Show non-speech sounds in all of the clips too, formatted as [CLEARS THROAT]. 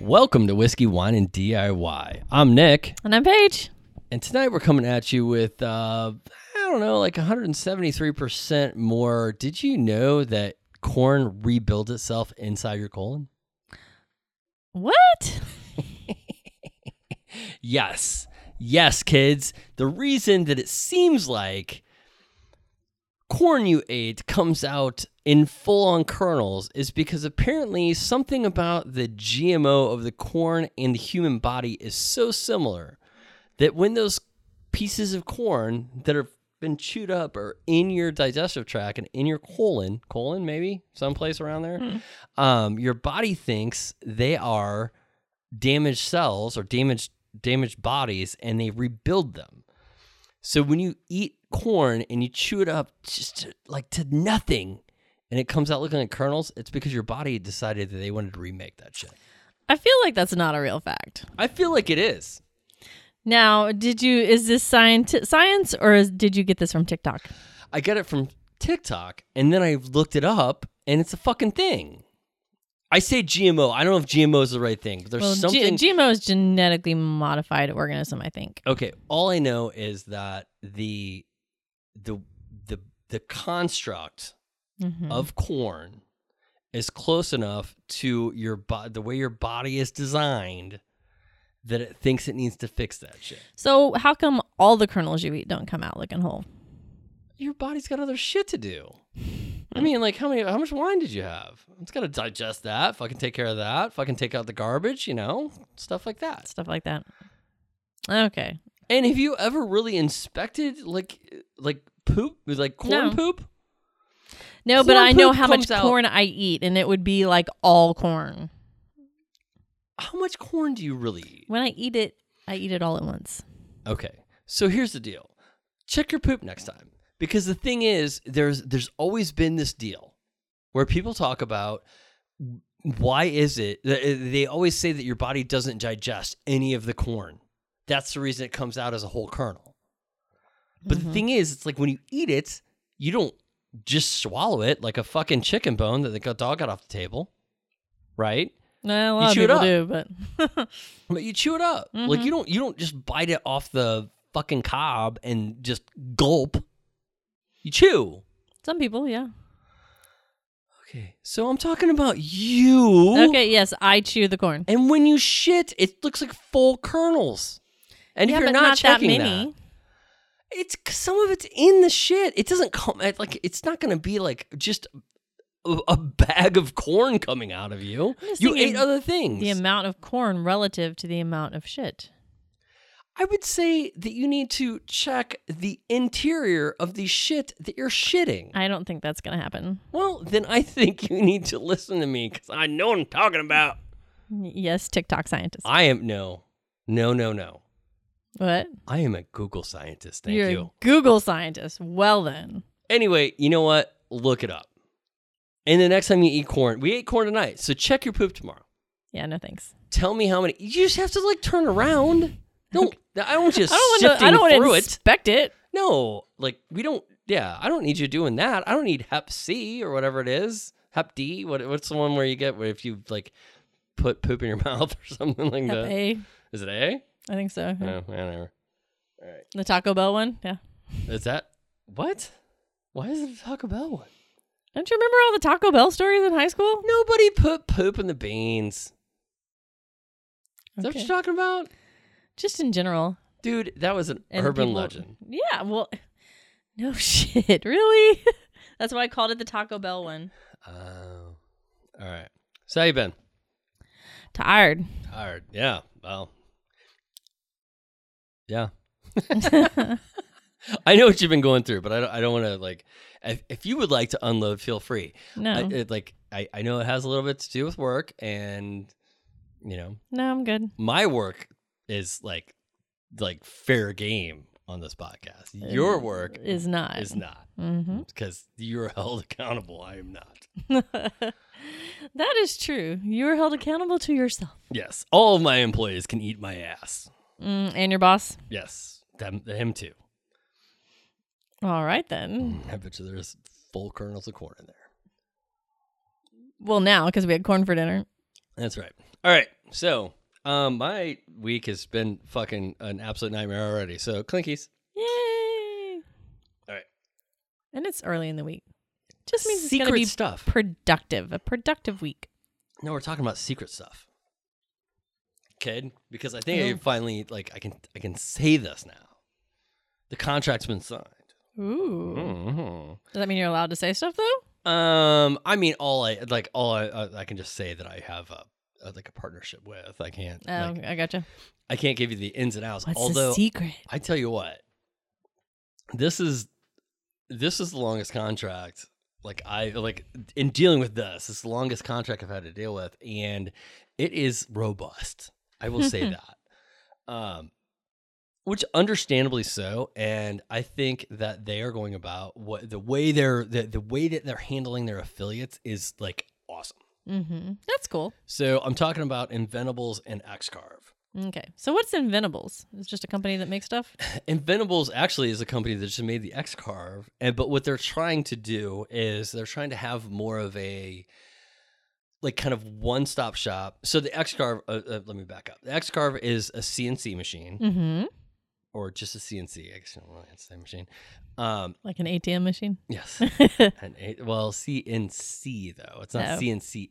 Welcome to Whiskey, Wine, and DIY. I'm Nick, And I'm Paige. and tonight we're coming at you with, uh, I don't know, like 173% more. Did you know that corn rebuilds itself inside your colon? What? Yes. Yes, kids. The reason that it seems like corn you ate comes out in full on kernels is because apparently something about the GMO of the corn and the human body is so similar that when those pieces of corn that have been chewed up are in your digestive tract and in your colon, colon maybe, someplace around there, um, your body thinks they are damaged cells or damaged damaged bodies and they rebuild them. So when you eat corn and you chew it up just to, like to nothing and it comes out looking like kernels, it's because your body decided that they wanted to remake that shit. I feel like that's not a real fact. I feel like it is. Now, did you is this science science or is, did you get this from TikTok? I got it from TikTok and then I looked it up and it's a fucking thing. I say GMO. I don't know if GMO is the right thing, but there's Well, G- something GMO is genetically modified organism, I think. Okay, all I know is that the the the the construct Mhm. of corn is close enough to your bo- the way your body is designed that it thinks it needs to fix that shit. So, how come all the kernels you eat don't come out looking whole? Your body's got other shit to do. I mean, like how many how much wine did you have? It's got to digest that, fucking take care of that, fucking take out the garbage, you know, stuff like that. Stuff like that. Okay. And have you ever really inspected like like poop, like corn No. poop? No, but Corn I know poop how much comes out- corn I eat and it would be like all corn. How much corn do you really eat? When I eat it, I eat it all at once. Okay. So here's the deal. Check your poop next time. Because the thing is, there's there's always been this deal where people talk about why is it th- they always say that your body doesn't digest any of the corn. That's the reason it comes out as a whole kernel. But Mm-hmm. the thing is, it's like when you eat it, you don't just swallow it like a fucking chicken bone that the dog got off the table, right? No, a You lot chew it of people up. do, but [LAUGHS] But you chew it up. Mm-hmm. Like you don't you don't just bite it off the fucking cob and just gulp. You chew. some people, yeah. Okay. So I'm talking about you. Okay, yes, I chew the corn. And when you shit, it looks like full kernels. And yeah, if you're but not, that checking many. that, it's some of it's in the shit. It doesn't come at like it's not going to be like just a, a bag of corn coming out of you. just You ate thinking other things. the amount of corn relative to the amount of shit. I would say that you need to check the interior of the shit that you're shitting. I don't think that's gonna happen. Well, then I think you need to listen to me because I know what I'm talking about. Y- Yes, TikTok scientist. I am no, no, no, no. what? I am a Google scientist. Thank You're you. a Google scientist. Well then. Anyway, you know what? Look it up. And the next time you eat corn, we ate corn tonight, so check your poop tomorrow. Yeah, no thanks. Tell me how many. You just have to like turn around. [LAUGHS] Don't. I don't want you I don't want to. sifting I don't through want to it. inspect it. No, like we don't. Yeah, I don't need you doing that. I don't need Hep C or whatever it is. Hep D. What, what's the one where you get where if you like put poop in your [LAUGHS] mouth or something like Hep that? A. Is it A? I think so. yeah. No, whatever. The Taco Bell one. Yeah. Is that what? Why is it a Taco Bell one? Don't you remember all the Taco Bell stories in high school? Nobody put poop in the beans. Is that what Okay. you're talking about? Just in general. Dude, that was an And urban people- legend. Yeah. Well, [LAUGHS] no shit. Really? [LAUGHS] That's why I called it the Taco Bell one. Oh. All right. So how you been? [LAUGHS] Tired. Tired. Yeah. Well. Yeah. [LAUGHS] I know what you've been going through, but I don't, I don't want to like. If, if you would like to unload, feel free. No. I, it, like I, I know it has a little bit to do with work, and you know no, I'm good. my work is like like fair game on this podcast. Your work is not. [LAUGHS] is not Mhm. because you're [LAUGHS] held accountable. I am not. that is true. You are held accountable to yourself Yes, all of my employees can eat my ass. mm, and your boss. Yes, them, him too. Mm, All right then. I bet you there's full kernels of corn in there. Well, now because we had corn for dinner. That's right. All right. So, um, my week has been fucking an absolute nightmare already. So, clinkies. Yay! All right. And it's early in the week. Just means it's secret gonna be stuff. productive. A productive week. No, we're talking about secret stuff. Kid, because I think I Oh. finally like I can I can say this now. The contract's been signed. Ooh. Mhm. Does that mean you're allowed to say stuff though? Um, I mean, all I like, all I uh, I, I can just say that I have a, a like a partnership with. I can't. Oh, like, I gotcha. I can't give you the ins and outs. What's although the secret? I tell you what, this is this is the longest contract. Like I like in dealing with this, it's the longest contract I've had to deal with, and it is robust. I will say that, um, which understandably so, and I think that they are going about what the way they're the, the way that they're handling their affiliates is like awesome. Mm-hmm. That's cool. So I'm talking about Inventables and Xcarve. Okay. So what's Inventables? It's just a company that [LAUGHS] makes stuff. And Venables actually is a company that just made the X Carve, and but what they're trying to do is they're trying to have more of a like kind of one stop shop. So the X Carve, uh, uh, let me back up. The X Carve is a CNC machine, Mm-hmm. or just a CNC. I guess you don't really have to say machine. Um, Like an ATM machine. [LAUGHS] yes, and it, well CNC though it's not Oh. CNCM.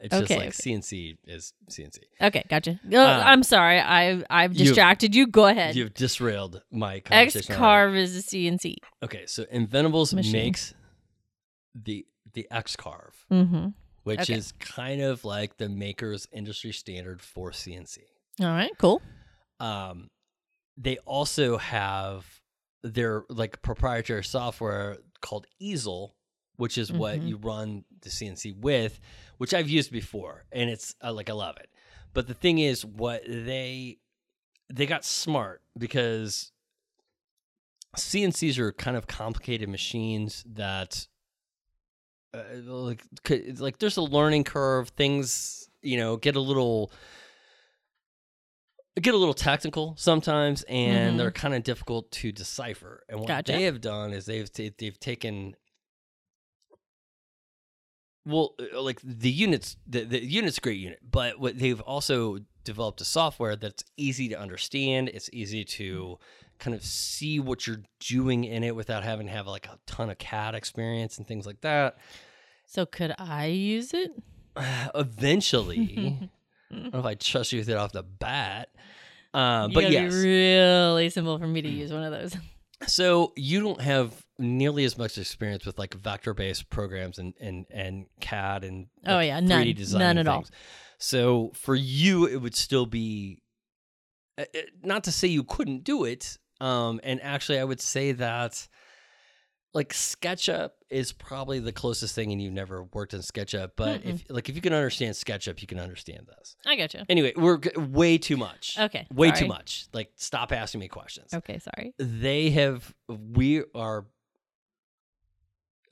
It's just Okay, like okay. CNC is CNC. okay, gotcha. Oh, Uh, I'm sorry. I've I've you've- distracted you. Go ahead. You've disrailed my conversation. already. X carve is a CNC. Okay, so Inventables Machine. makes the the X Carve, Mm-hmm. which Okay. is kind of like the maker's industry standard for CNC. All right, cool. Um, they also have their like proprietary software called Easel, which is what Mhm. you run the CNC with, which I've used before, and it's uh, like I love it. But the thing is, what they they got smart because CNCs are kind of complicated machines that uh, like c- like there's a learning curve. Things you know get a little get a little technical sometimes, and Mhm. they're kind of difficult to decipher. And what Gotcha. they have done is they've ta- they've taken well uh, like the units the, the unit's a great unit but what they've also developed a software that's easy to understand it's easy to Mm. kind of see what you're doing in it without having to have like a ton of cad experience and things like that [SIGHS] So could I use it? [LAUGHS] Mm. eventually i don't know if i trust you with it off the bat uh, You but gotta yes be really simple for me to use one of those. [LAUGHS] So you don't have nearly as much experience with like vector-based programs and and and CAD and Oh, like, yeah, 3D none. design None and at all. things. So for you, it would still be uh, uh, not to say you couldn't do it. Um, and actually, I would say that like SketchUp is probably the closest thing, and you've never worked in SketchUp. But if like if you can understand SketchUp, you can understand this. I gotcha. Anyway, we're g- way too much. Okay. Way too sorry. much. Like, stop asking me questions Okay, sorry. they have we are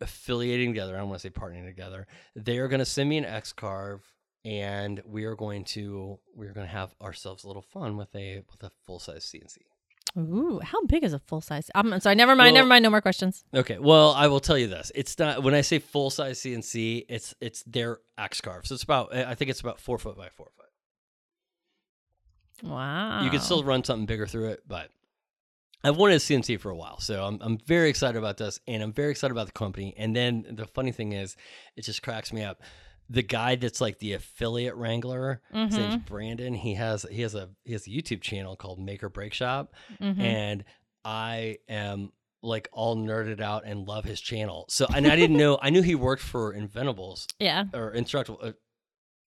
affiliating together. I don't want to say partnering together. They are going to send me an X carve, and we are going to we are going to have ourselves a little fun with a with a full size CNC. Ooh, how big is a full size? I'm I'm sorry. Never mind. Well- never mind. No more questions. Okay, well, I will tell you this: it's not when I say full size CNC, it's it's their X carve. So it's about I think it's about four foot by four foot. Wow. You can still run something bigger through it, but I've wanted a CNC for a while, so I'm I'm very excited about this, and I'm very excited about the company. And then the funny thing is, it just cracks me up. The guy that's like the affiliate wrangler, Mm-hmm, his name's Brandon. He has he has a he has a YouTube channel called Make or Break Shop, Mhm. and I am like all nerded out and love his channel. So and I didn't know I knew he worked for Inventables yeah. or Instructable. Uh,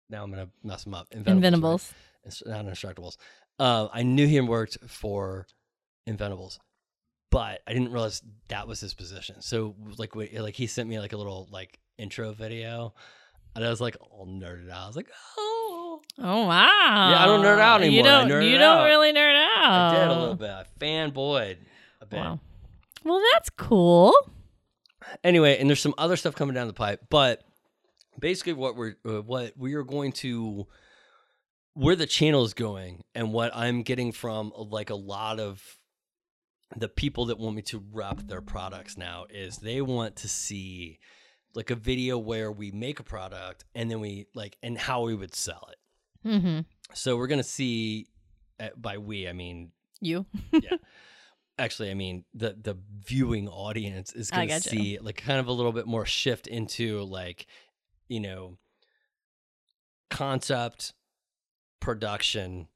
now I'm gonna mess him up. Inventables. right? Inventables. Inst- not Instructables. Uh, I knew he worked for Inventables, but I didn't realize that was his position. So like, wait, like he sent me like a little like intro video, and I was like all nerded out. I was like, oh, Oh wow. Yeah, I don't nerd out You anymore. I don't. nerded you don't out. really nerd out. "Oh, I did a Oh. little bit. I fanboyed a bit. Wow. Well, that's cool. Anyway, and there's some other stuff coming down the pipe, but basically what we're uh, what we are going to where the channel is going and what I'm getting from uh, like a lot of the people that want me to wrap their products now is they want to see like a video where we make a product and then we like and how we would sell it. Mm-hmm. So we're gonna see. uh, By we, I mean You. actually, I mean the the viewing audience is I going to gotcha. see like kind of a little bit more shift into like you know concept production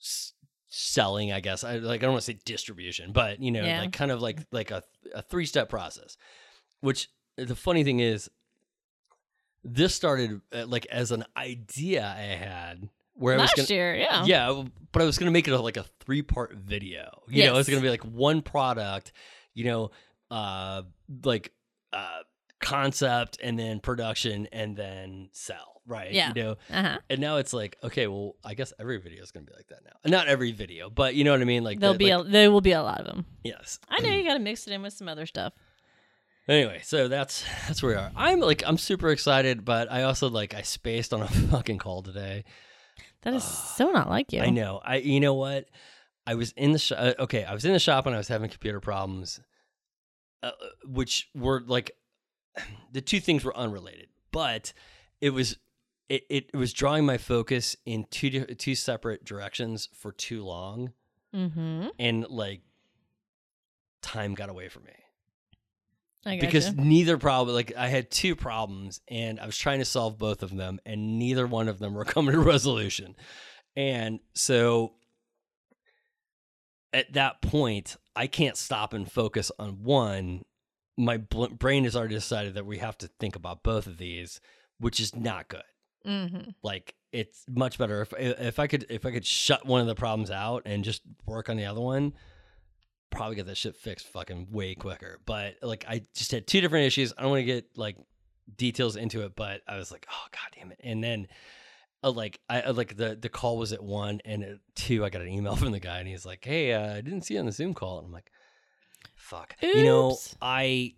s- selling i guess i like i don't want to say distribution but you know Yeah. like kind of like like a, a three step process which uh, the funny thing is this started uh, like as an idea i had where i was Last gonna year, yeah. yeah, w- but I was gonna make it a, like a three part video. You know, it's Yes. gonna be like one product, you know, uh, like uh, concept and then production and then sell, right? Yeah. You know, Uh-huh. and now it's like, okay, well, I guess every video is gonna be like that now. Not every video, but you know what I mean. Like There'll the- be like, a, there will be a lot of them. yes. I know you got to mix it in with some other stuff. Anyway, so that's [LAUGHS] that's where we are. I'm like I'm super excited, but I also like I spaced on a [LAUGHS] fucking call today. That is Ugh. so not like you. I know. I you know what? I was in the shop. Okay, I was in the shop and I was having computer problems, uh, which were like [CLEARS THROAT] the two things were unrelated, but it was it, it was drawing my focus in two di- two separate directions for too long, Mm-hmm. and like time got away from me I gotcha. because neither problem like I had two problems and I was trying to solve both of them and neither one of them were [LAUGHS] coming to resolution. And so at that point, I can't stop and focus on one. My bl- brain has already decided that we have to think about both of these, which is not good. mm-hmm. Like it's much better if if I could if I could shut one of the problems out and just work on the other one, probably get that shit fixed fucking way quicker. But like I just had two different issues. I don't want to get like details into it, but I was like, oh god damn it. And then uh, like I uh, like the the call was at one and at two I got an email [LAUGHS] from the guy and he's like, hey, uh, I didn't see you on the Zoom call, and I'm like, fuck, you know, Oops. I.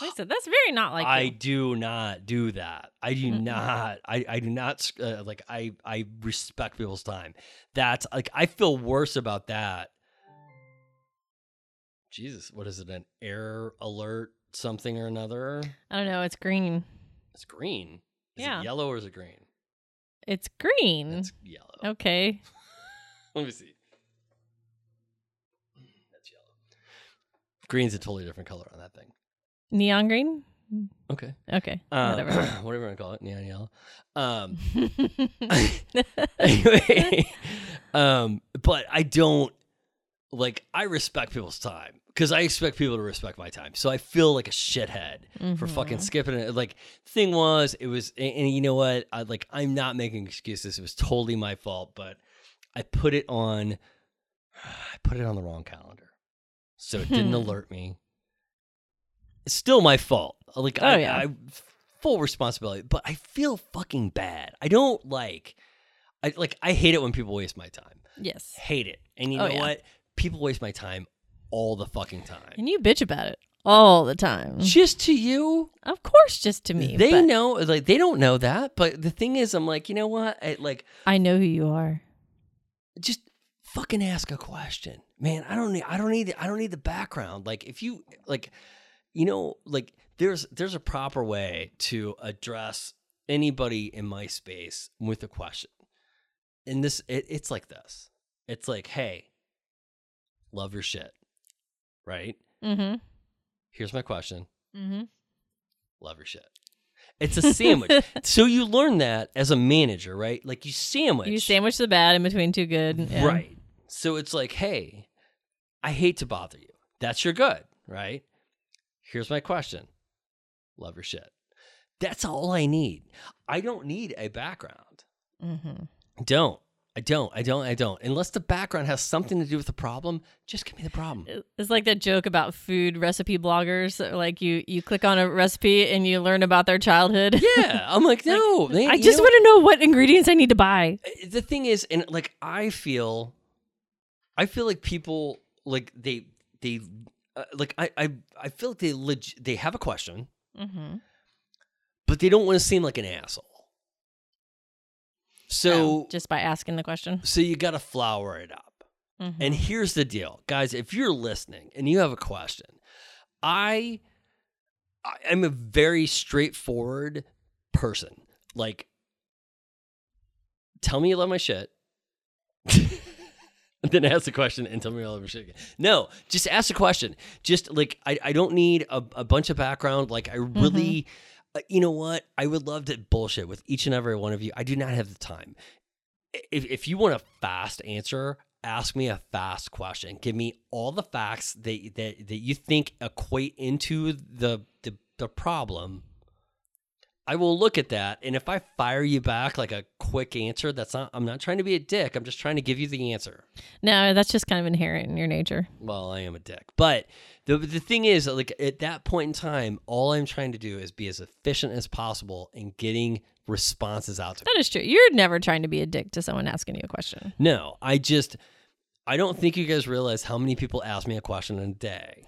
Like I said, that's very not like I you. do not do that. I do Mm-mm. not. I, I do not uh, like. I I respect people's time. That's like I feel worse about that. Jesus, what is it? An error alert, something or another. I don't know. It's green. It's green. Is Yeah. Mm-hmm. it yellow or is it green? It's green. It's yellow. okay. Let me see. Mm, That's yellow. Green's a totally different color on that thing. Neon green. Okay. Okay. Uh, Whatever. [CLEARS THROAT] [LAUGHS] whatever I call it, neon yellow. Um, mm-hmm. anyway, [LAUGHS] um, but I don't like I respect people's time because I expect people to respect my time. So I feel like a shithead [LAUGHS] for Mm-hmm. fucking skipping it. Like thing was, it was, and, and you know what? I like I'm not making excuses. It was totally my fault, but I put it on. [SIGHS] I put it on the wrong calendar, so it [LAUGHS] didn't Hmm. alert me. It's still my fault. Like I, Oh, yeah. I full responsibility, but I feel fucking bad. I don't like. I like I hate it when people waste my time. Yes. Hate it. And you Oh, know yeah. what? People waste my time all the fucking time. And you bitch about it all the time. Just to you, Of course, just to me. they but know like they don't know that, but the thing is I'm like, you know what? I, like I know who you are. just fucking ask a question. Man, I don't need I don't need I don't need the background. Like if you like you know, like there's there's a proper way to address anybody in my space with a question. And this it, it's like this. It's like, hey, love your shit. Right? Mm-hmm. Here's my question. Mm-hmm. Love your shit. It's a [LAUGHS] sandwich. so you learn that as a manager, right? Like you sandwich. You sandwich the bad in between two good. yeah. Right. So it's like, hey, I hate to bother you. That's your good, right? Here's my question. Love your shit. That's all I need. I don't need a background. Mm-hmm. I Don't. I don't. I don't. I don't. Unless the background has something to do with the problem, just give me the [LAUGHS] problem. It's like that joke about food recipe bloggers. Like you, you click on a recipe and you learn about their childhood. Yeah. I'm like, no. man, [LAUGHS] I you just know- want to know what ingredients I need to buy. the thing is and like i feel i feel like people like they they uh, like I, I i feel like they leg- they have a question Mm-hmm. but they don't want to seem like an asshole so just by asking the question. so you gotta flower it up Mhm. and here's the deal guys if you're listening and you have a question i I- I'm a very straightforward person. Like, tell me you love my shit. then ask the question and tell me you love my shit again. No, just ask the question. Just like, I, I don't need a, a bunch of background. Like, I really, uh, you know what? I would love to bullshit with each and every one of you. I do not have the time. I- If, if you want a fast answer, ask me a fast question. Give me all the facts that that, that you think equate into the, the the problem. I will look at that, and if I fire you back like a quick answer, that's not. I'm not trying to be a dick. I'm just trying to give you the answer. No, that's just kind of inherent in your nature. Well, I am a dick, but the the thing is, like at that point in time, all I'm trying to do is be as efficient as possible in getting responses out to That is true. You're never trying to be a dick to someone asking you a question. No, I just I don't think you guys realize how many people ask me a question in a day.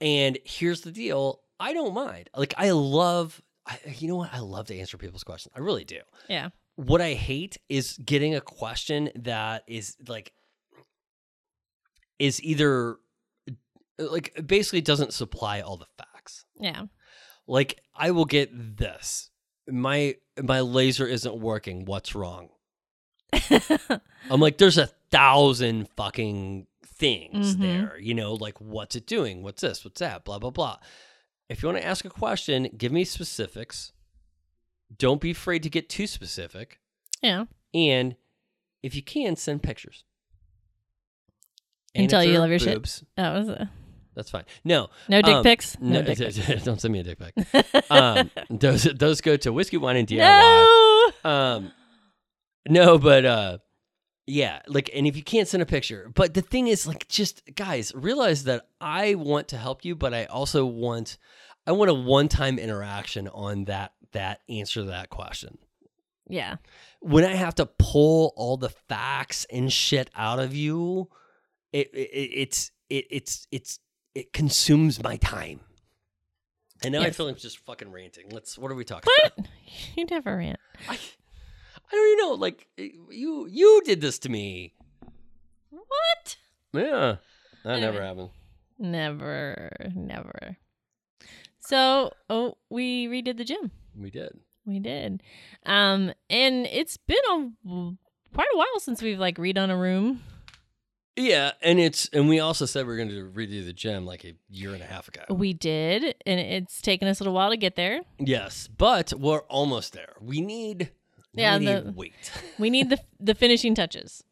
and here's the deal, I don't mind. Like I love I, you know what? I love to answer people's questions. I really do. Yeah. What I hate is getting a question that is like is either like basically doesn't supply all the facts Yeah. [LAUGHS] like i will get this my my laser isn't working what's wrong i'm like there's a thousand fucking things Mhm. there you know like what's it doing what's this what's that blah blah blah if you want to ask a question give me specifics don't be afraid to get too specific Yeah. and if you can send pictures And if tell you there love are your shit? boobs, that was a, that's fine no no dick Um, pics. no, [LAUGHS] dick pics. don't send me a dick pic. um, [LAUGHS] those those go to whiskey, wine, and DIY. [LAUGHS] No. No. Um, no, but uh, yeah, like, and if you can't send a picture, but the thing is, like, just guys realize that I want to help you, but I also want, I want a one time interaction on that that answer to that question. Yeah. When I have to pull all the facts and shit out of you, it, it it's it it's it's it consumes my time. And now I Yes. feel like just fucking ranting. Let's. What are we talking What? about? You never rant. [LAUGHS] I, I don't even know. Like eh, you, you did this to me. What? Yeah, that never never Anyway. happened. Never. Never. So, oh, we redid the gym. We did. We did. Um, and it's been a w- quite a while since we've like redone a room. Yeah, and it's and we also said we are going to redo the gym like a year and a half ago. We did, and it's taken us a little while to get there. Yes, but we're almost there. We need. Yeah, Yeah, we the- need weight. We need the the finishing touches.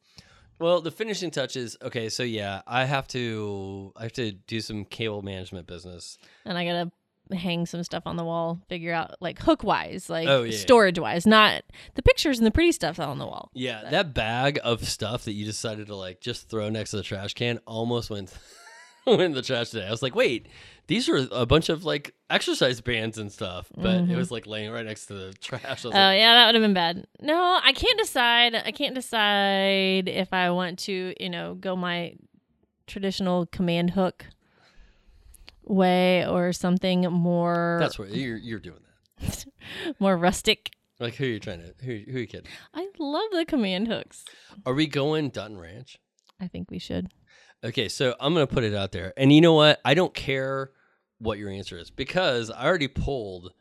Well, the finishing touches. Okay, so yeah, I have to I have to do some cable management business. and I gotta hang some stuff on the wall, figure out like hook wise, like Oh, yeah, yeah. storage wise, not the pictures and the pretty stuff on the wall. Yeah, that bag of stuff that you decided to like just throw next to the trash can almost went [LAUGHS] went in the trash today. I was like, wait, these are a bunch of like exercise bands and stuff, but it Mhm. was like laying right next to the trash. I was Oh like, yeah, that would have been bad. No, I can't decide. I can't decide if I want to, you know, go my traditional command hook way or something more that's where you're you're doing that. [LAUGHS] more rustic. Like, who are you trying to? Who who are you kidding? I love the command hooks. Are we going Dutton Ranch? I think we should. Okay, so I'm gonna put it out there, and you know what? I don't care what your answer is because I already pulled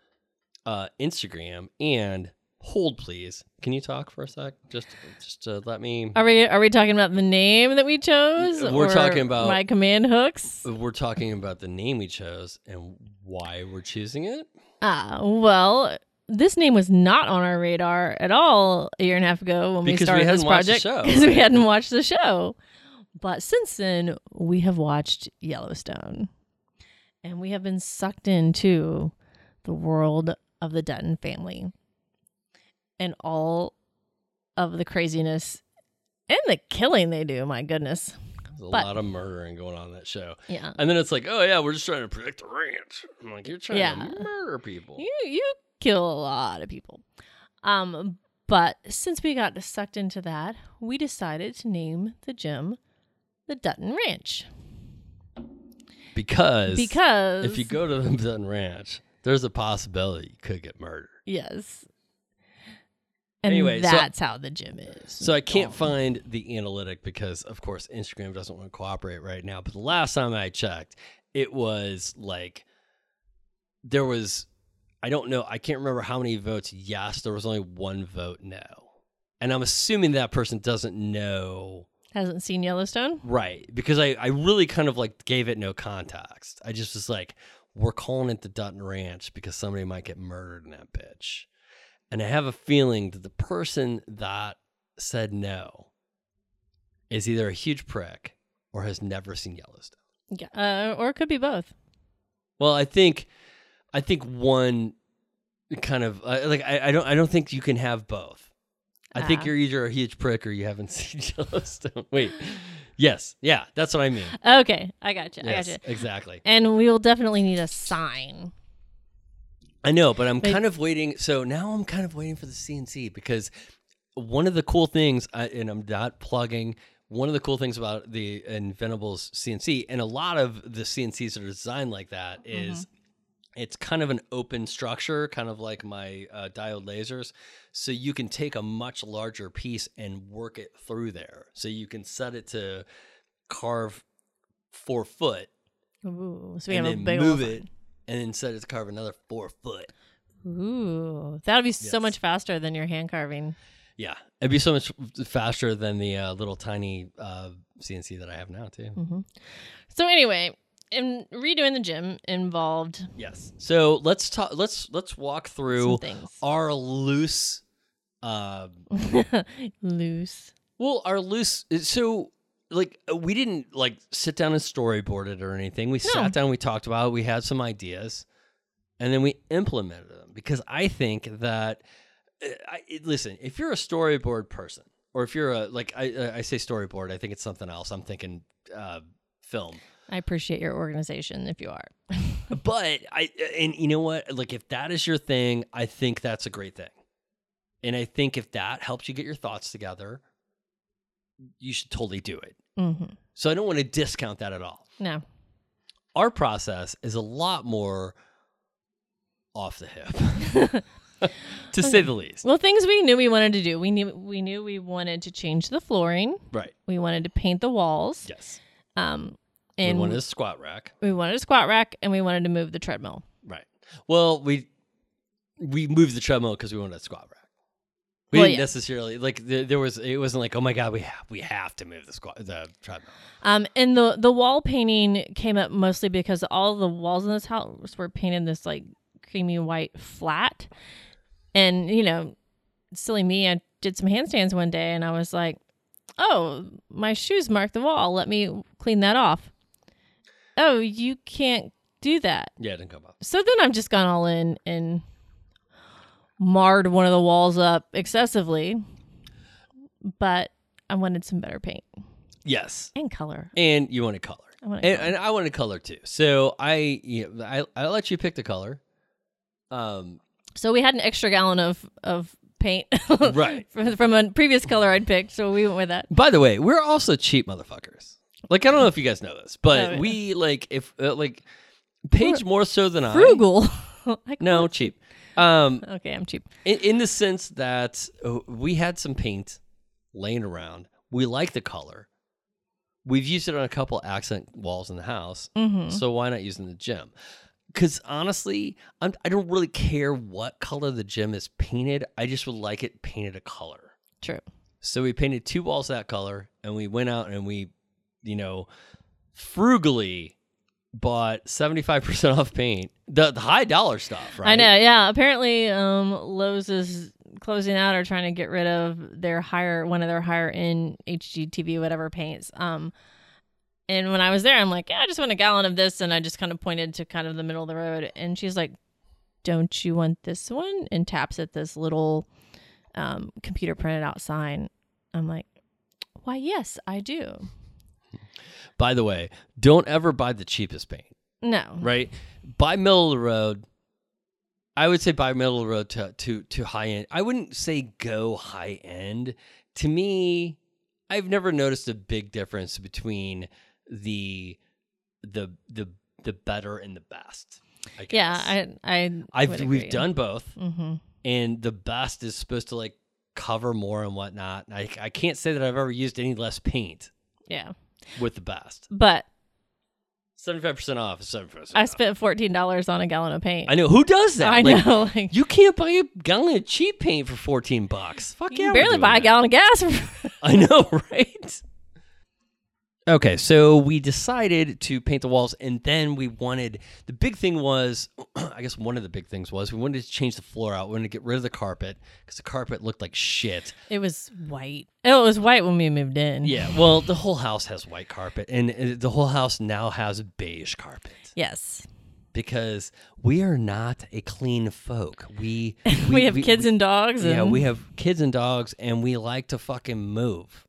uh, Instagram and hold please. Can you talk for a sec? Just just to let me. Are we are we talking about the name that we chose? We're or talking about- my command hooks. We're talking about the name we chose and why we're choosing it. Ah, well, this name was not on our radar at all a year and a half ago when we Because we started this hadn't watched the project show, because we right? hadn't watched the show. But since then, we have watched Yellowstone, and we have been sucked into the world of the Dutton family and all of the craziness and the killing they do. My goodness, There's a But- lot of murdering going on in that show, yeah, and then it's like, oh yeah, we're just trying to protect the ranch. I'm like, you're trying Yeah. to murder people. You you kill a lot of people. Um, but since we got sucked into that, we decided to name the gym the Dutton Ranch Because because if you go to the Dutton Ranch, there's a possibility you could get murdered. yes. And Anyway, so- that's how the gym is. So I can't Oh. find the analytic because, of course, Instagram doesn't want to cooperate right now. But the last time I checked, it was like there was I don't know, I can't remember how many votes yes, there was only one vote no. And I'm assuming that person doesn't know Hasn't seen Yellowstone? right because I I really kind of like gave it no context. I just was like we're calling it the Dutton Ranch because somebody might get murdered in that bitch. And I have a feeling that the person that said no is either a huge prick or has never seen Yellowstone. Yeah. Uh, or it could be both. Well, I think, I think one kind of uh, like I, I don't I don't think you can have both. I Ah. think you're either a huge prick or you haven't [LAUGHS] seen Yellowstone. Wait, yes, yeah, that's what I mean. Okay. I gotcha. I Yes, gotcha. exactly. And we will definitely need a sign. I know, but I'm Like- kind of waiting. So now I'm kind of waiting for the CNC because one of the cool things, I, and I'm not plugging. One of the cool things about the Inventables CNC, and a lot of the CNCs that are designed like that, is it's kind of an open structure, kind of like my uh, diode lasers. So you can take a much larger piece and work it through there. So you can set it to carve four foot Ooh. So we and have a then big move old it, and then set it to carve another four foot. Ooh. That would be so Yes. much faster than your hand carving. Yeah, it'd be so much faster than the uh, little tiny uh, CNC that I have now too. Mm-hmm. So anyway, and redoing the gym involved Yes. So let's talk. Let's let's walk some through things. our loose. Uh, [LAUGHS] Loose. well, our loose. uh, So like uh, we didn't like sit down and storyboard it or anything. We No. sat down, we talked about it, we had some ideas, and then we implemented them because I think that. uh, I, I- listen, if you're a storyboard person, or if you're a like I, uh, I- I say storyboard, I think it's something else. I'm thinking uh, film. I appreciate your organization if you are. [LAUGHS] But I uh, and you know what? Like if that is your thing, I think that's a great thing. And I think if that helps you get your thoughts together, you should totally do it. hmm So I don't want to discount that at all. No. Our process is a lot more off the hip, [LAUGHS] to say the least. Well, things we knew we wanted to do. We knew we knew we wanted to change the flooring. Right. We wanted to paint the walls. Yes. Um, we and wanted a squat rack. we wanted a squat rack, and we wanted to move the treadmill. Right. Well, we we moved the treadmill because we wanted a squat rack. We Well, didn't yeah. necessarily like there, there was. It wasn't like oh my god, we have we have to move the squat the treadmill. Um, and the the wall painting came up mostly because all the walls in this house were painted this like creamy white flat, and you know, silly me, I did some handstands one day, and I was like, "Oh, my shoes mark the wall. Let me clean that off." Oh, you can't do that. Yeah, it didn't come up. So then I've just gone all in and marred one of the walls up excessively, but I wanted some better paint Yes, and color. and you wanted color, I wanted and, color. and I wanted color too. So I, you know, I, I let you pick the color. Um, So we had an extra gallon of of paint, [LAUGHS] Right. from, from a previous color I'd picked. So we went with that. By the way, we're also cheap motherfuckers. Like I don't know if you guys know this, but Oh, yeah. we like if uh, like Paige more so than I. Frugal. [LAUGHS] I- No, cheap. Um, Okay, I'm cheap. in, in the sense that uh, we had some paint laying around. We like the color. We've used it on a couple accent walls in the house. hmm So why not use it in the gym? Because honestly, I'm, I don't really care what color the gym is painted. I just would like it painted a color. True. So we painted two walls that color, and we went out and we, you know, frugally bought seventy five percent off paint, the, the high dollar stuff. Right? I know. Yeah. Apparently, um, Lowe's is closing out or trying to get rid of their higher one of their higher end HGTV whatever paints. Um, and when I was there, I'm like, yeah, I just want a gallon of this, and I just kind of pointed to kind of the middle of the road, and she's like, Don't you want this one? And taps at this little um, computer printed out sign. I'm like, Why? Yes, I do. By the way, don't ever buy the cheapest paint. No. right? By middle of the road, I would say by middle of the road to to to high end. I wouldn't say go high end. To me, I've never noticed a big difference between the the the the better and the best. I guess. Yeah. I. I. I've we've done both, Mm-hmm. and the best is supposed to like cover more and whatnot. I I can't say that I've ever used any less paint Yeah. with the best. But Seventy-five percent off. Seventy-five percent. I spent fourteen dollars on a gallon of paint. I know who does that. I Like, know. [LAUGHS] Like, You can't buy a gallon of cheap paint for fourteen bucks. Fuck yeah, you can we're barely doing buy a that. gallon of gas. [LAUGHS] for- I know, [LAUGHS] right? Okay, so we decided to paint the walls, and then we wanted the big thing was, [CLEARS THROAT] I guess one of the big things was we wanted to change the floor out. We wanted to get rid of the carpet because the carpet looked like shit. it was white. Oh, it was white when we moved in. Yeah, well, the whole house has white carpet, and uh, the whole house now has beige carpet Yes. because we are not a clean folk. We [LAUGHS] We, have kids and dogs. And, yeah, we have kids and dogs, and we like to fucking move,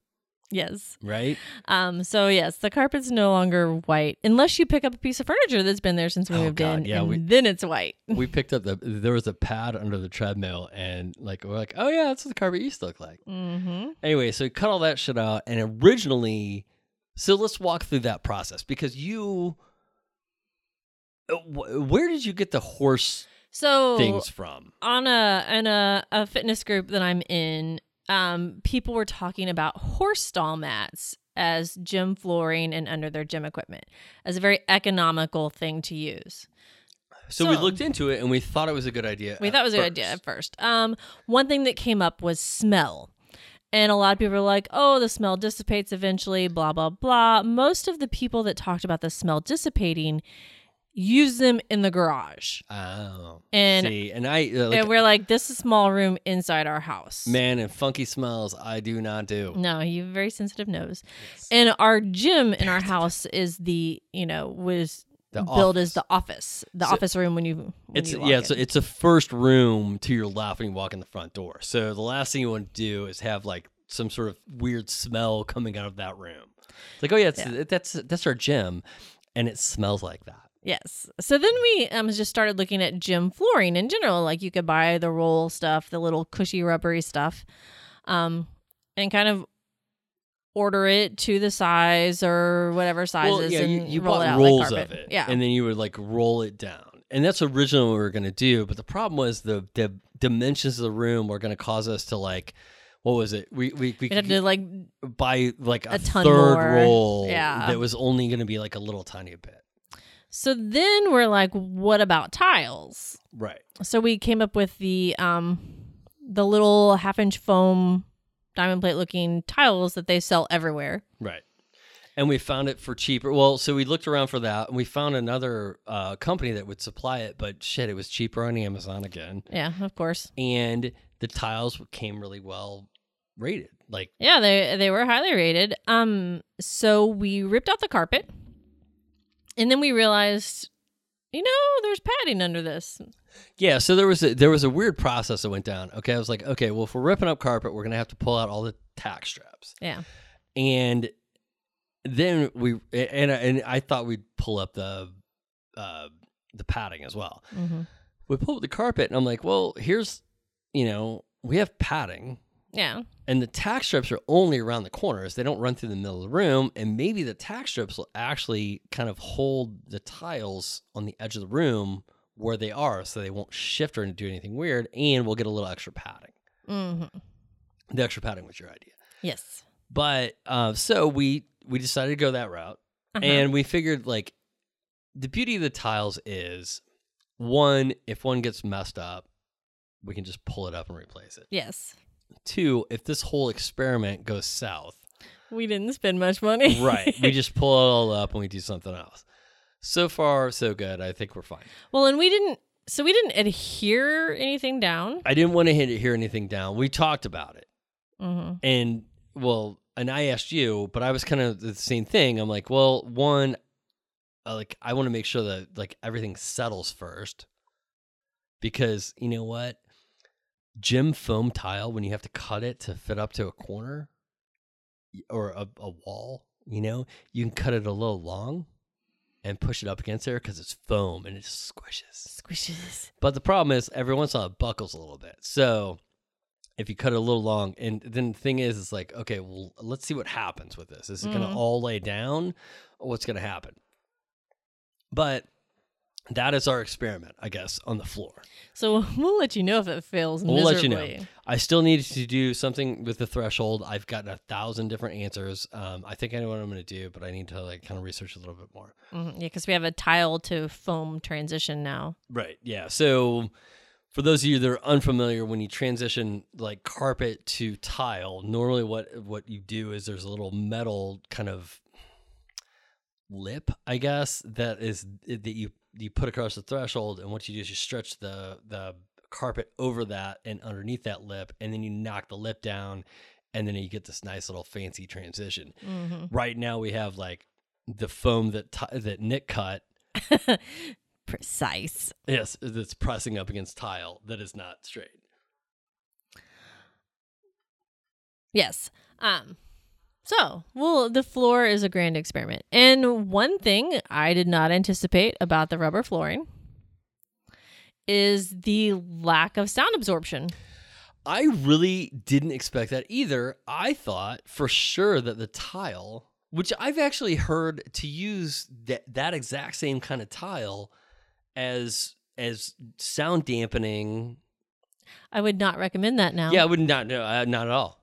Yes. right? Um. So yes, the carpet's no longer white unless you pick up a piece of furniture that's been there since we Oh, moved God, in. yeah, and we- then it's white. [LAUGHS] we picked up the there was a pad under the treadmill and like we're like oh yeah that's what the carpet used to look like Mm-hmm. anyway so we cut all that shit out and originally so let's walk through that process because you uh, wh- where did you get the horse So things from on a on a, a fitness group that I'm in, um, people were talking about horse stall mats as gym flooring and under their gym equipment as a very economical thing to use. so, we so- looked into it and we thought it was a good idea We at thought it was a good idea first. at first. Um, one thing that came up was smell. And a lot of people were like, oh, the smell dissipates eventually, blah, blah, blah. Most of the people that talked about the smell dissipating use them in the garage. oh And- see and i uh, like, and we're like, this is a small room inside our house. man and funky smells i do not do No, you have a very sensitive nose. And our gym in our house is the, you know, was The billed as the office, the So- office room when you. When It's you walk yeah, it's in. a, it's a first room to your left when you walk in the front door. So the last thing you want to do is have like some sort of weird smell coming out of that room. It's like oh yeah, it's, that's that's our gym, and it smells like that. yes. So then we um, just started looking at gym flooring in general. Like you could buy the roll stuff, the little cushy, rubbery stuff, um, and kind of order it to the size or whatever sizes well, yeah, and you, you roll bought it out rolls like carpet. of it, Yeah. and then you would like roll it down. And that's originally what we were gonna do, but the problem was the the dimensions of the room were gonna cause us to like, what was it? We we we You'd have to like buy like a, a ton third more. roll Yeah. that was only gonna be like a little tiny bit, so then we're like, what about tiles? right? so we came up with the um the little half inch foam diamond plate looking tiles that they sell everywhere Right. And we found it for cheaper. Well, so we looked around for that and we found another uh, company that would supply it, but shit, it was cheaper on Amazon again. yeah of course And the tiles came really well rated. Like, yeah they they were highly rated um so we ripped out the carpet and then we realized you know there's padding under this yeah, so there was a, there was a weird process that went down. Okay, I was like, okay, well, if we're ripping up carpet, we're going to have to pull out all the tack straps. yeah And then we and and I thought we'd pull up the uh, the padding as well. hmm we pull up the carpet and I'm like, well, here's, you know, we have padding yeah and the tack strips are only around the corners. They don't run through the middle of the room. And maybe the tack strips will actually kind of hold the tiles on the edge of the room where they are so they won't shift or do anything weird. And we'll get a little extra padding. hmm The extra padding was your idea. yes But uh, so we, we decided to go that route. Uh-huh. And we figured like the beauty of the tiles is one, if one gets messed up, we can just pull it up and replace it. yes Two, if this whole experiment goes south, we didn't spend much money [LAUGHS] right, [LAUGHS] we just pull it all up and we do something else. So far, so good. I think we're fine. well and we didn't so we didn't adhere anything down I didn't want to hit it, hear anything down. We talked about it. hmm And well, and I asked you, but I was kind of the same thing. I'm like, well, one, uh, like I want to make sure that like everything settles first, because you know what, gym foam tile when you have to cut it to fit up to a corner y- or a, a wall, you know, you can cut it a little long and push it up against there because it's foam and it just squishes. squishes But the problem is, every once in a while, it buckles a little bit. So if you cut it a little long, and then the thing is, it's like, okay, well, let's see what happens with this. Is it going Mhm. to all lay down? Or what's going to happen? But That is our experiment, I guess, on the floor. So [LAUGHS] we'll let you know if it fails We'll let you miserably. know. I still need to do something with the threshold. I've gotten a thousand different answers. Um, I think I know what I'm going to do, but I need to like kind of research a little bit more. Mhm, Yeah, because we have a tile to foam transition now. Right. Yeah. So for those of you that are unfamiliar, when you transition like carpet to tile, normally what what you do is there's a little metal kind of lip, I guess, that is that you you put across the threshold, and what you do is you stretch the the carpet over that and underneath that lip, and then you knock the lip down, and then you get this nice little fancy transition. hmm Right now we have like the foam that ti that Nick cut Precise. Yes, that's pressing up against tile that is not straight. Yes. Um. So, well, the floor is a grand experiment, and one thing I did not anticipate about the rubber flooring is the lack of sound absorption. I really didn't expect that either. I thought for sure that the tile, which I've actually heard to use that that exact same kind of tile as as sound dampening. I would not recommend that now. Yeah, I would not no, uh, not at all.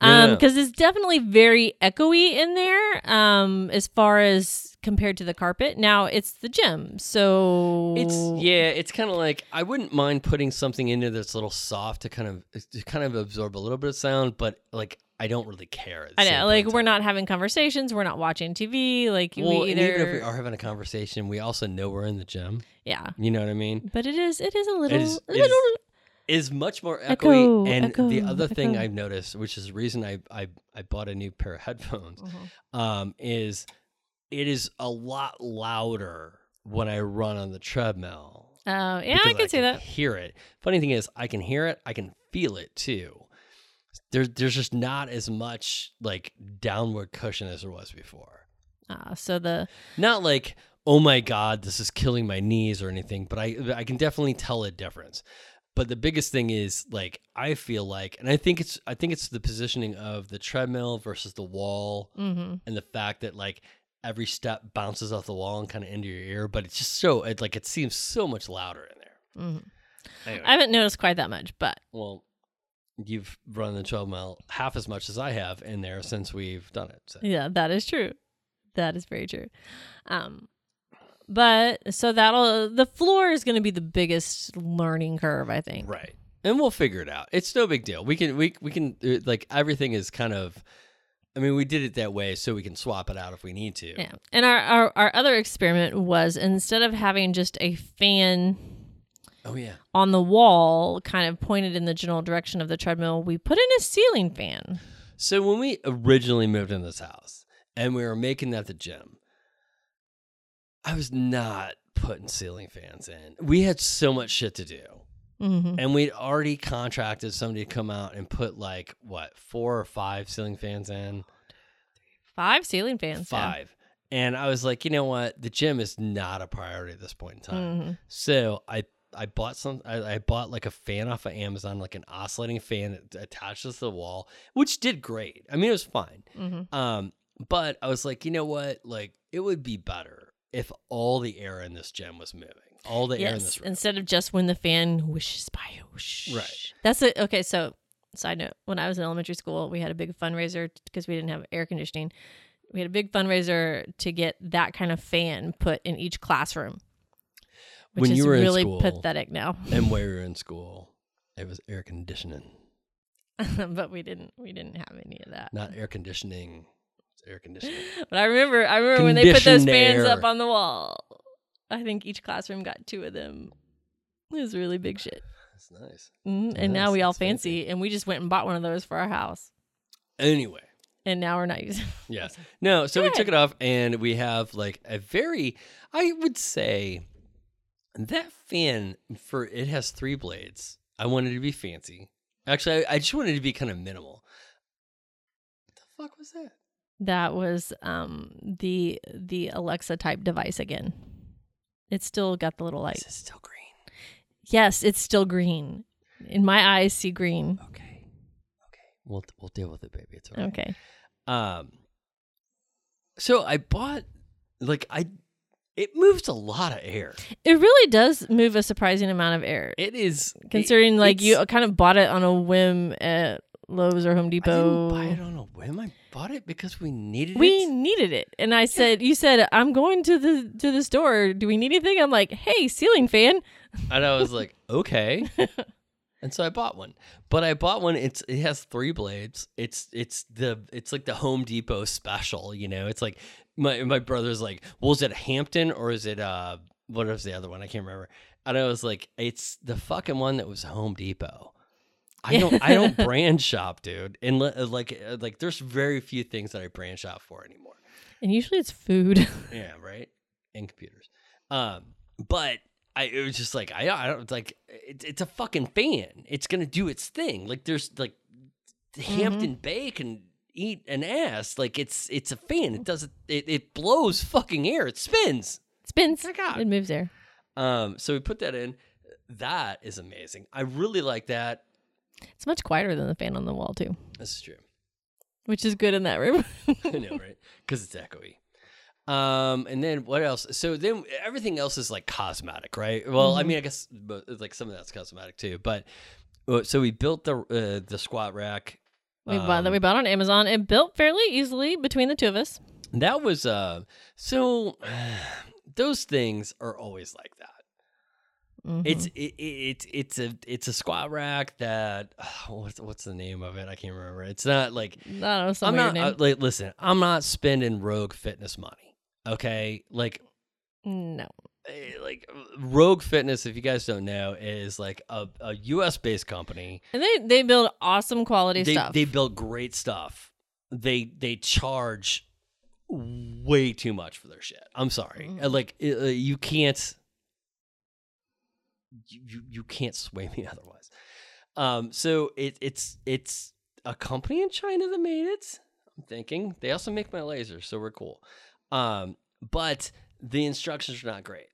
No, no, Um, no. because it's definitely very echoey in there. Um, as far as compared to the carpet. Now it's the gym, so It's yeah, it's kind of like I wouldn't mind putting something in there that's a little soft to kind of to kind of absorb a little bit of sound, but like I don't really care. at the I same know. point Like in we're time. not having conversations. We're not watching TV. Like Well, we and either. even if we are having a conversation, we also know we're in the gym. Yeah. You know what I mean? But it is. It is a It little. is, it little. is, is much more echoey. Echo, and the echo, other thing echo. I've noticed, which is the reason I, I I bought a new pair of headphones, um, is it is a lot louder when I run on the treadmill. Oh yeah, I because can see that. Hear it. Funny thing is, I can hear it. I can feel it too. There's there's just not as much like downward cushion as there was before. Ah, so the not like oh my god this is killing my knees or anything but i i can definitely tell a difference but the biggest thing is like i feel like and i think it's i think it's the positioning of the treadmill versus the wall mhm. and the fact that like every step bounces off the wall and kind of into your ear but it's just so it, like it seems so much louder in there Mhm. anyway, I haven't noticed quite that much, but well you've run the treadmill half as much as i have in there since we've done it so. yeah, that is true. That is very true. Um, but so that'll the floor is going to be the biggest learning curve, I think. Right. And we'll figure it out. It's no big deal. We can we we can uh, like everything is kind of I mean, we did it that way so we can swap it out if we need to. Yeah. And our, our our other experiment was instead of having just a fan Oh yeah. on the wall kind of pointed in the general direction of the treadmill, we put in a ceiling fan. So when we originally moved in this house and we were making that the gym, I was not putting ceiling fans in. We had so much shit to do. Mm-hmm. And we'd already contracted somebody to come out and put like what, four or five ceiling fans in? Five ceiling fans. Five. And I was like, you know what? The gym is not a priority at this point in Yeah. time. hmm So I I bought some I, I bought like a fan off of Amazon, like an oscillating fan that attaches to the wall, which did great. I mean it was fine. hmm Um, but I was like, you know what? Like it would be better if all the air in this gym was moving. All the air in Yes. this room. Instead of just when the fan whooshes by, whoosh. Right. That's it. Okay. So, side note: when I was in elementary school, we had a big fundraiser because we didn't have air conditioning. We had a big fundraiser to get that kind of fan put in each classroom, which When is you were in really school- pathetic now. [LAUGHS] and where we were in school, it was air conditioning. but we didn't. We didn't have any of that. Not air conditioning. It's air conditioning. But I remember, I remember when they put those Conditioned fans air. up on the wall. I think each classroom got two of them. It was really big shit. That's nice. Mhm. Yeah, And now that's- we all that's fancy. fancy, and we just went and bought one of those for our house. Anyway. And now we're not using. [LAUGHS] Yeah. No, so we Good. took it off and we have like a very I would say that fan for it has three blades. I wanted to be fancy. Actually, I, I just wanted to be kind of minimal. The fuck was that? That was um the the Alexa type device again. It's still got the little Is light. it still green? Yes, it's still green. In my eyes, see green. Okay. Okay. We'll we'll deal with it, baby. It's all right. Okay. Um, so I bought like I It moves a lot of air. It really does move a surprising amount of air, It is considering it- like you it's- kind of bought it on a whim at Lowe's or Home I didn't buy Depot. it on a whim. I bought it because we needed We it. needed it, and I said, "You said I'm going to the to the store. Do we need anything?" I'm like, "Hey, ceiling fan." And I was like, okay. and so I bought one. But I bought one. It's it has three blades. It's it's the it's like the Home Depot special. You know, it's like my my brother's like, well, is it Hampton or is it uh what was the other one? I can't remember. And I was like, it's the fucking one that was Home Depot. I don't I don't brand shop, dude. And le- like uh, like there's very few things that I brand shop for anymore. And usually it's food. [LAUGHS] Yeah, right. And computers. Um, but I it was just like I, I don't like it, it's a fucking fan. It's gonna do its thing. Like there's like Hampton Bay can eat an ass. Like it's it's a fan. It doesn't it, it blows fucking air. It spins. Spins. Oh My God. It moves there. Um, so we put that in. That is amazing. I really like that. It's much quieter than the fan on the wall too, This is true. which is good in that room. [LAUGHS] [LAUGHS] I know, right? Because it's echoey. Um, and then what else? So then everything else is like cosmetic, right? Well, I mean, I guess but, like some of that's cosmetic too. But uh, so we built the uh, the squat rack. we bought that. Um, We bought on Amazon. It built fairly easily between the two of us. That was uh. So [SIGHS] those things are always like that. Mhm. It's it, it, it's a it's a squat rack that [SIGHS] what's what's the name of it? I can't remember. It's not like I don't know some I'm weird not name. uh, like listen. I'm not spending rogue fitness money. Okay, like no. eh, like Rogue Fitness, if you guys don't know, is like a, a US based company. And they they build awesome quality They stuff. they build great stuff. They they charge way too much for their shit. I'm sorry. Mm. Uh, Like eh, eh, you can't you, you you can't sway me [LAUGHS] otherwise. Um so it it's it's a company in China that made it. I'm thinking. They also make my lasers, so we're cool. Um but the instructions are not great.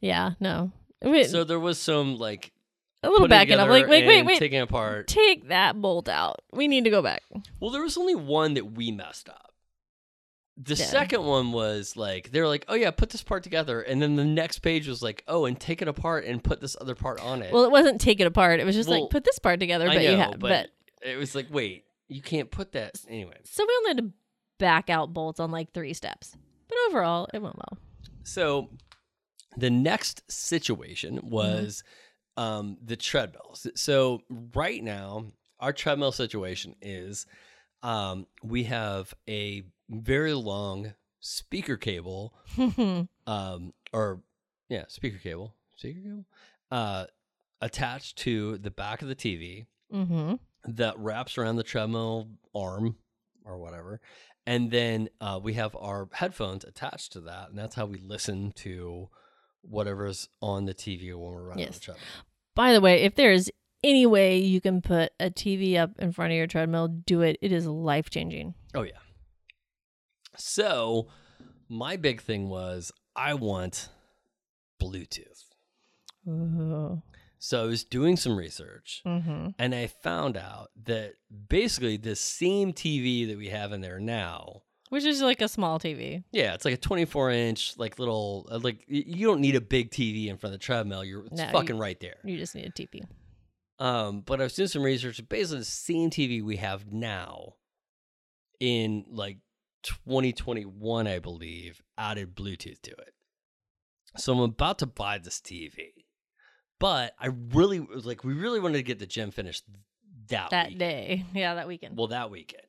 yeah, no. I mean, So there was some like a little putting back and I'm together like, wait, wait, and wait. taking apart. Take that bolt out. We need to go back. Well, there was only one that we messed up. The Yeah. second one was like they were like, oh yeah, put this part together, and then the next page was like, oh, and take it apart and put this other part on it. Well, it wasn't take it apart. It was just Well, like put this part together, I but know, you had but, but, it was like, wait, you can't put that anyway. so we only had to back out bolts on like three steps. But overall, it went well. [LAUGHS] So the next situation was um, the treadmills. So right now, our treadmill situation is um, we have a very long speaker cable, Mm-hmm. um, or yeah, speaker cable, speaker cable, uh, attached to the back of the TV mm-hmm. that wraps around the treadmill arm or whatever. And then uh, we have our headphones attached to that. And that's how we listen to whatever's on the TV when we're running on Yes. the treadmill. By the way, if there is any way you can put a TV up in front of your treadmill, do it. It is life changing. Oh, yeah. So my big thing was I want Bluetooth. Mm-hmm. So I was doing some research Hmm. and I found out that basically the same TV that we have in there now Which is like a small TV. Yeah, it's like a 24 inch, like little, uh, like y- you don't need a big TV in front of the treadmill. You're it's No, you- fucking right there. You just need a TV. Um, but I was doing some research. Basically, the same TV we have now, in like 2021, I believe, added Bluetooth to it. So I'm about to buy this TV, but I really like. We really wanted to get the gym finished that That weekend. day. Yeah, that weekend. Well, that weekend.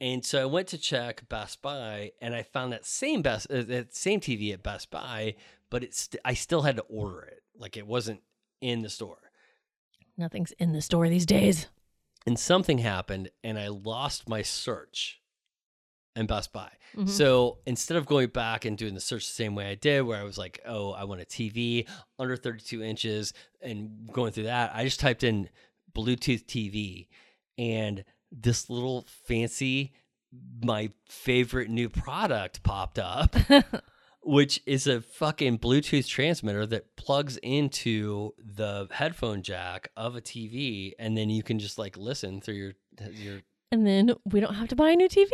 And so I went to check Best Buy, and I found that same Best uh, that same TV at Best Buy, but it's st- I still had to order it, like it wasn't in the store. Nothing's in the store these days. And something happened, and I lost my search in Best Buy. Mhm. So instead of going back and doing the search the same way I did, where I was like, "Oh, I want a TV under 32 inches," and going through that, I just typed in Bluetooth TV, and this little fancy, my favorite new product popped up, [LAUGHS] [LAUGHS] which is a fucking Bluetooth transmitter that plugs into the headphone jack of a TV, and then you can just like listen through your your and then we don't have to buy a new TV.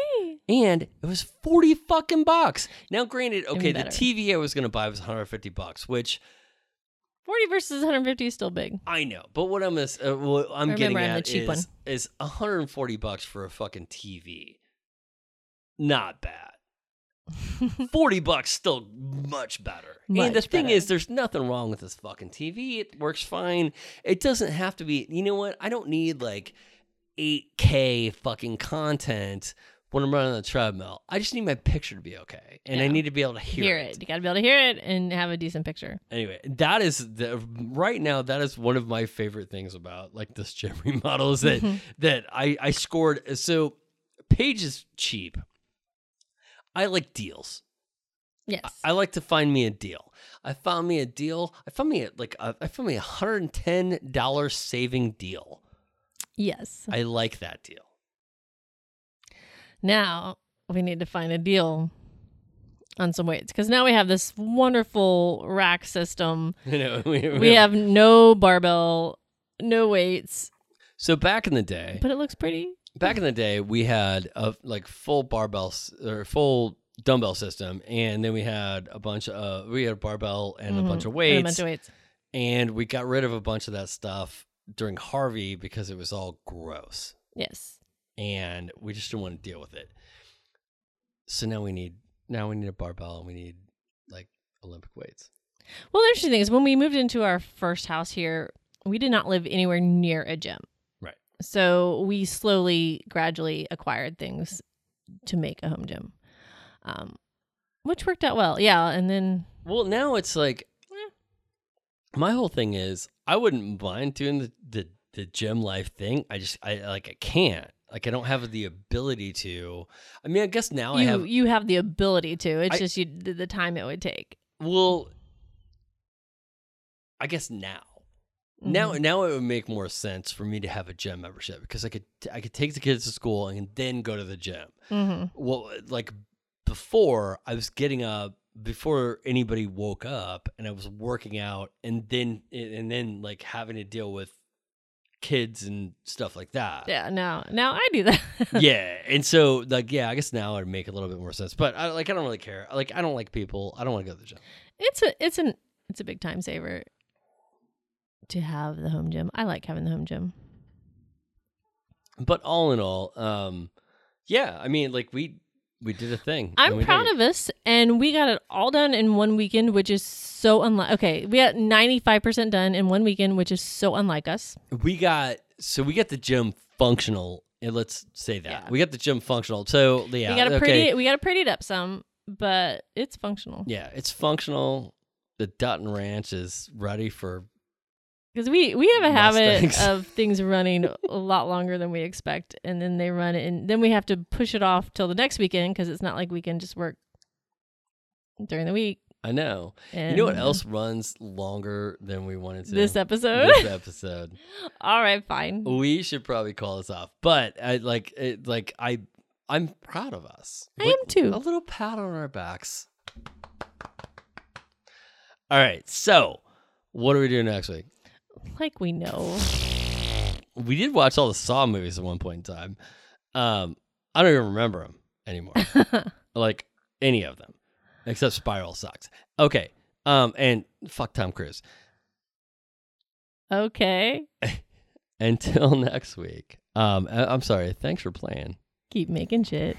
and it was 40 fucking bucks. Now, granted, Even okay, the better. TV I was going to buy was 150 bucks, which 40 versus 150 is still big. I know, but what I'm, is- uh, what I'm Remember, getting I'm the at cheap is, one. is 140 bucks for a fucking TV. Not bad. 40 bucks still much better. Much and the thing better. is there's nothing wrong with this fucking TV. It works fine. It doesn't have to be you know what? I don't need like 8K fucking content when I'm running on the treadmill. I just need my picture to be okay. And I Yeah. need to be able to hear, it. You got to be able to hear it and have a decent picture. Anyway, that is the right now that is one of my favorite things about like this gym [LAUGHS] remodel is [LAUGHS] Mm-hmm. that that I I scored so Page is cheap. I like deals. Yes. I like to find me a deal. I found me a deal. I found me a, like a, I found me a hundred and ten dollar saving deal. yes. I like that deal. [LAUGHS] Now we need to find a deal on some weights because now we have this wonderful rack system. You know, we, We have no barbell, no weights, so back in the day, but it looks pretty. back in the day, we had a like full barbell s- or full dumbbell system, and then we had a bunch of we had a barbell and Mhm. a bunch of And weights, a bunch of weights. and we got rid of a bunch of that stuff during Harvey because it was all gross. Yes. and we just didn't want to deal with it. So now we need now we need a barbell and we need like Olympic weights. Well, the interesting thing is when we moved into our first house here, we did not live anywhere near a gym. Right. So we slowly, gradually acquired things to make a home gym, um, which worked out well. Yeah. And then, Well, now it's like eh. Yeah. my whole thing is I wouldn't mind doing the the, the gym life thing. I just I like I can't. Like I don't have the ability to. I mean, I guess now I you have you have the ability to. It's I- just you the, the time it would take. well I guess now. Now Mhm. now it would make more sense for me to have a gym membership because I could I could take the kids to school and then go to the gym. Mhm. well like before i was getting up before anybody woke up and i was working out and then and then like having to deal with kids and stuff like that yeah, [LAUGHS] now now I do that. [LAUGHS] yeah and so like yeah i guess now it'd make a little bit more sense but i like i don't really care like i don't like people i don't want to go to the gym it's a it's an it's a big time saver to have the home gym. I like having the home gym. but all in all um yeah i mean like we we did a thing and I'm we proud did it. of us, and we got it all done in one weekend, which is so unlike. Okay, we got 95% done in one weekend, which is so unlike us. we got so we got the gym functional and let's say that Yeah. we got the gym functional so yeah we got to okay. pretty we got to pretty it up some, but it's functional Yeah, it's functional. The Dutton Ranch is ready for. because we we have a habit Mustangs. of things running a lot longer than we expect, and then they run it, and then we have to push it off till the next weekend because it's not like we can just work during the week. I know. And You know what else runs longer than we wanted to? This episode. This episode. [LAUGHS] all right, fine. we should probably call this off. But I like it, like I I'm proud of us. I Like, am too. A little pat on our backs. All right. So, what are we doing next week? Like we know. We did watch all the Saw movies at one point in time. Um, I don't even remember them anymore. like any of them except spiral sucks okay um and fuck tom cruise okay. [LAUGHS] until next week um I- i'm sorry thanks for playing Keep making shit.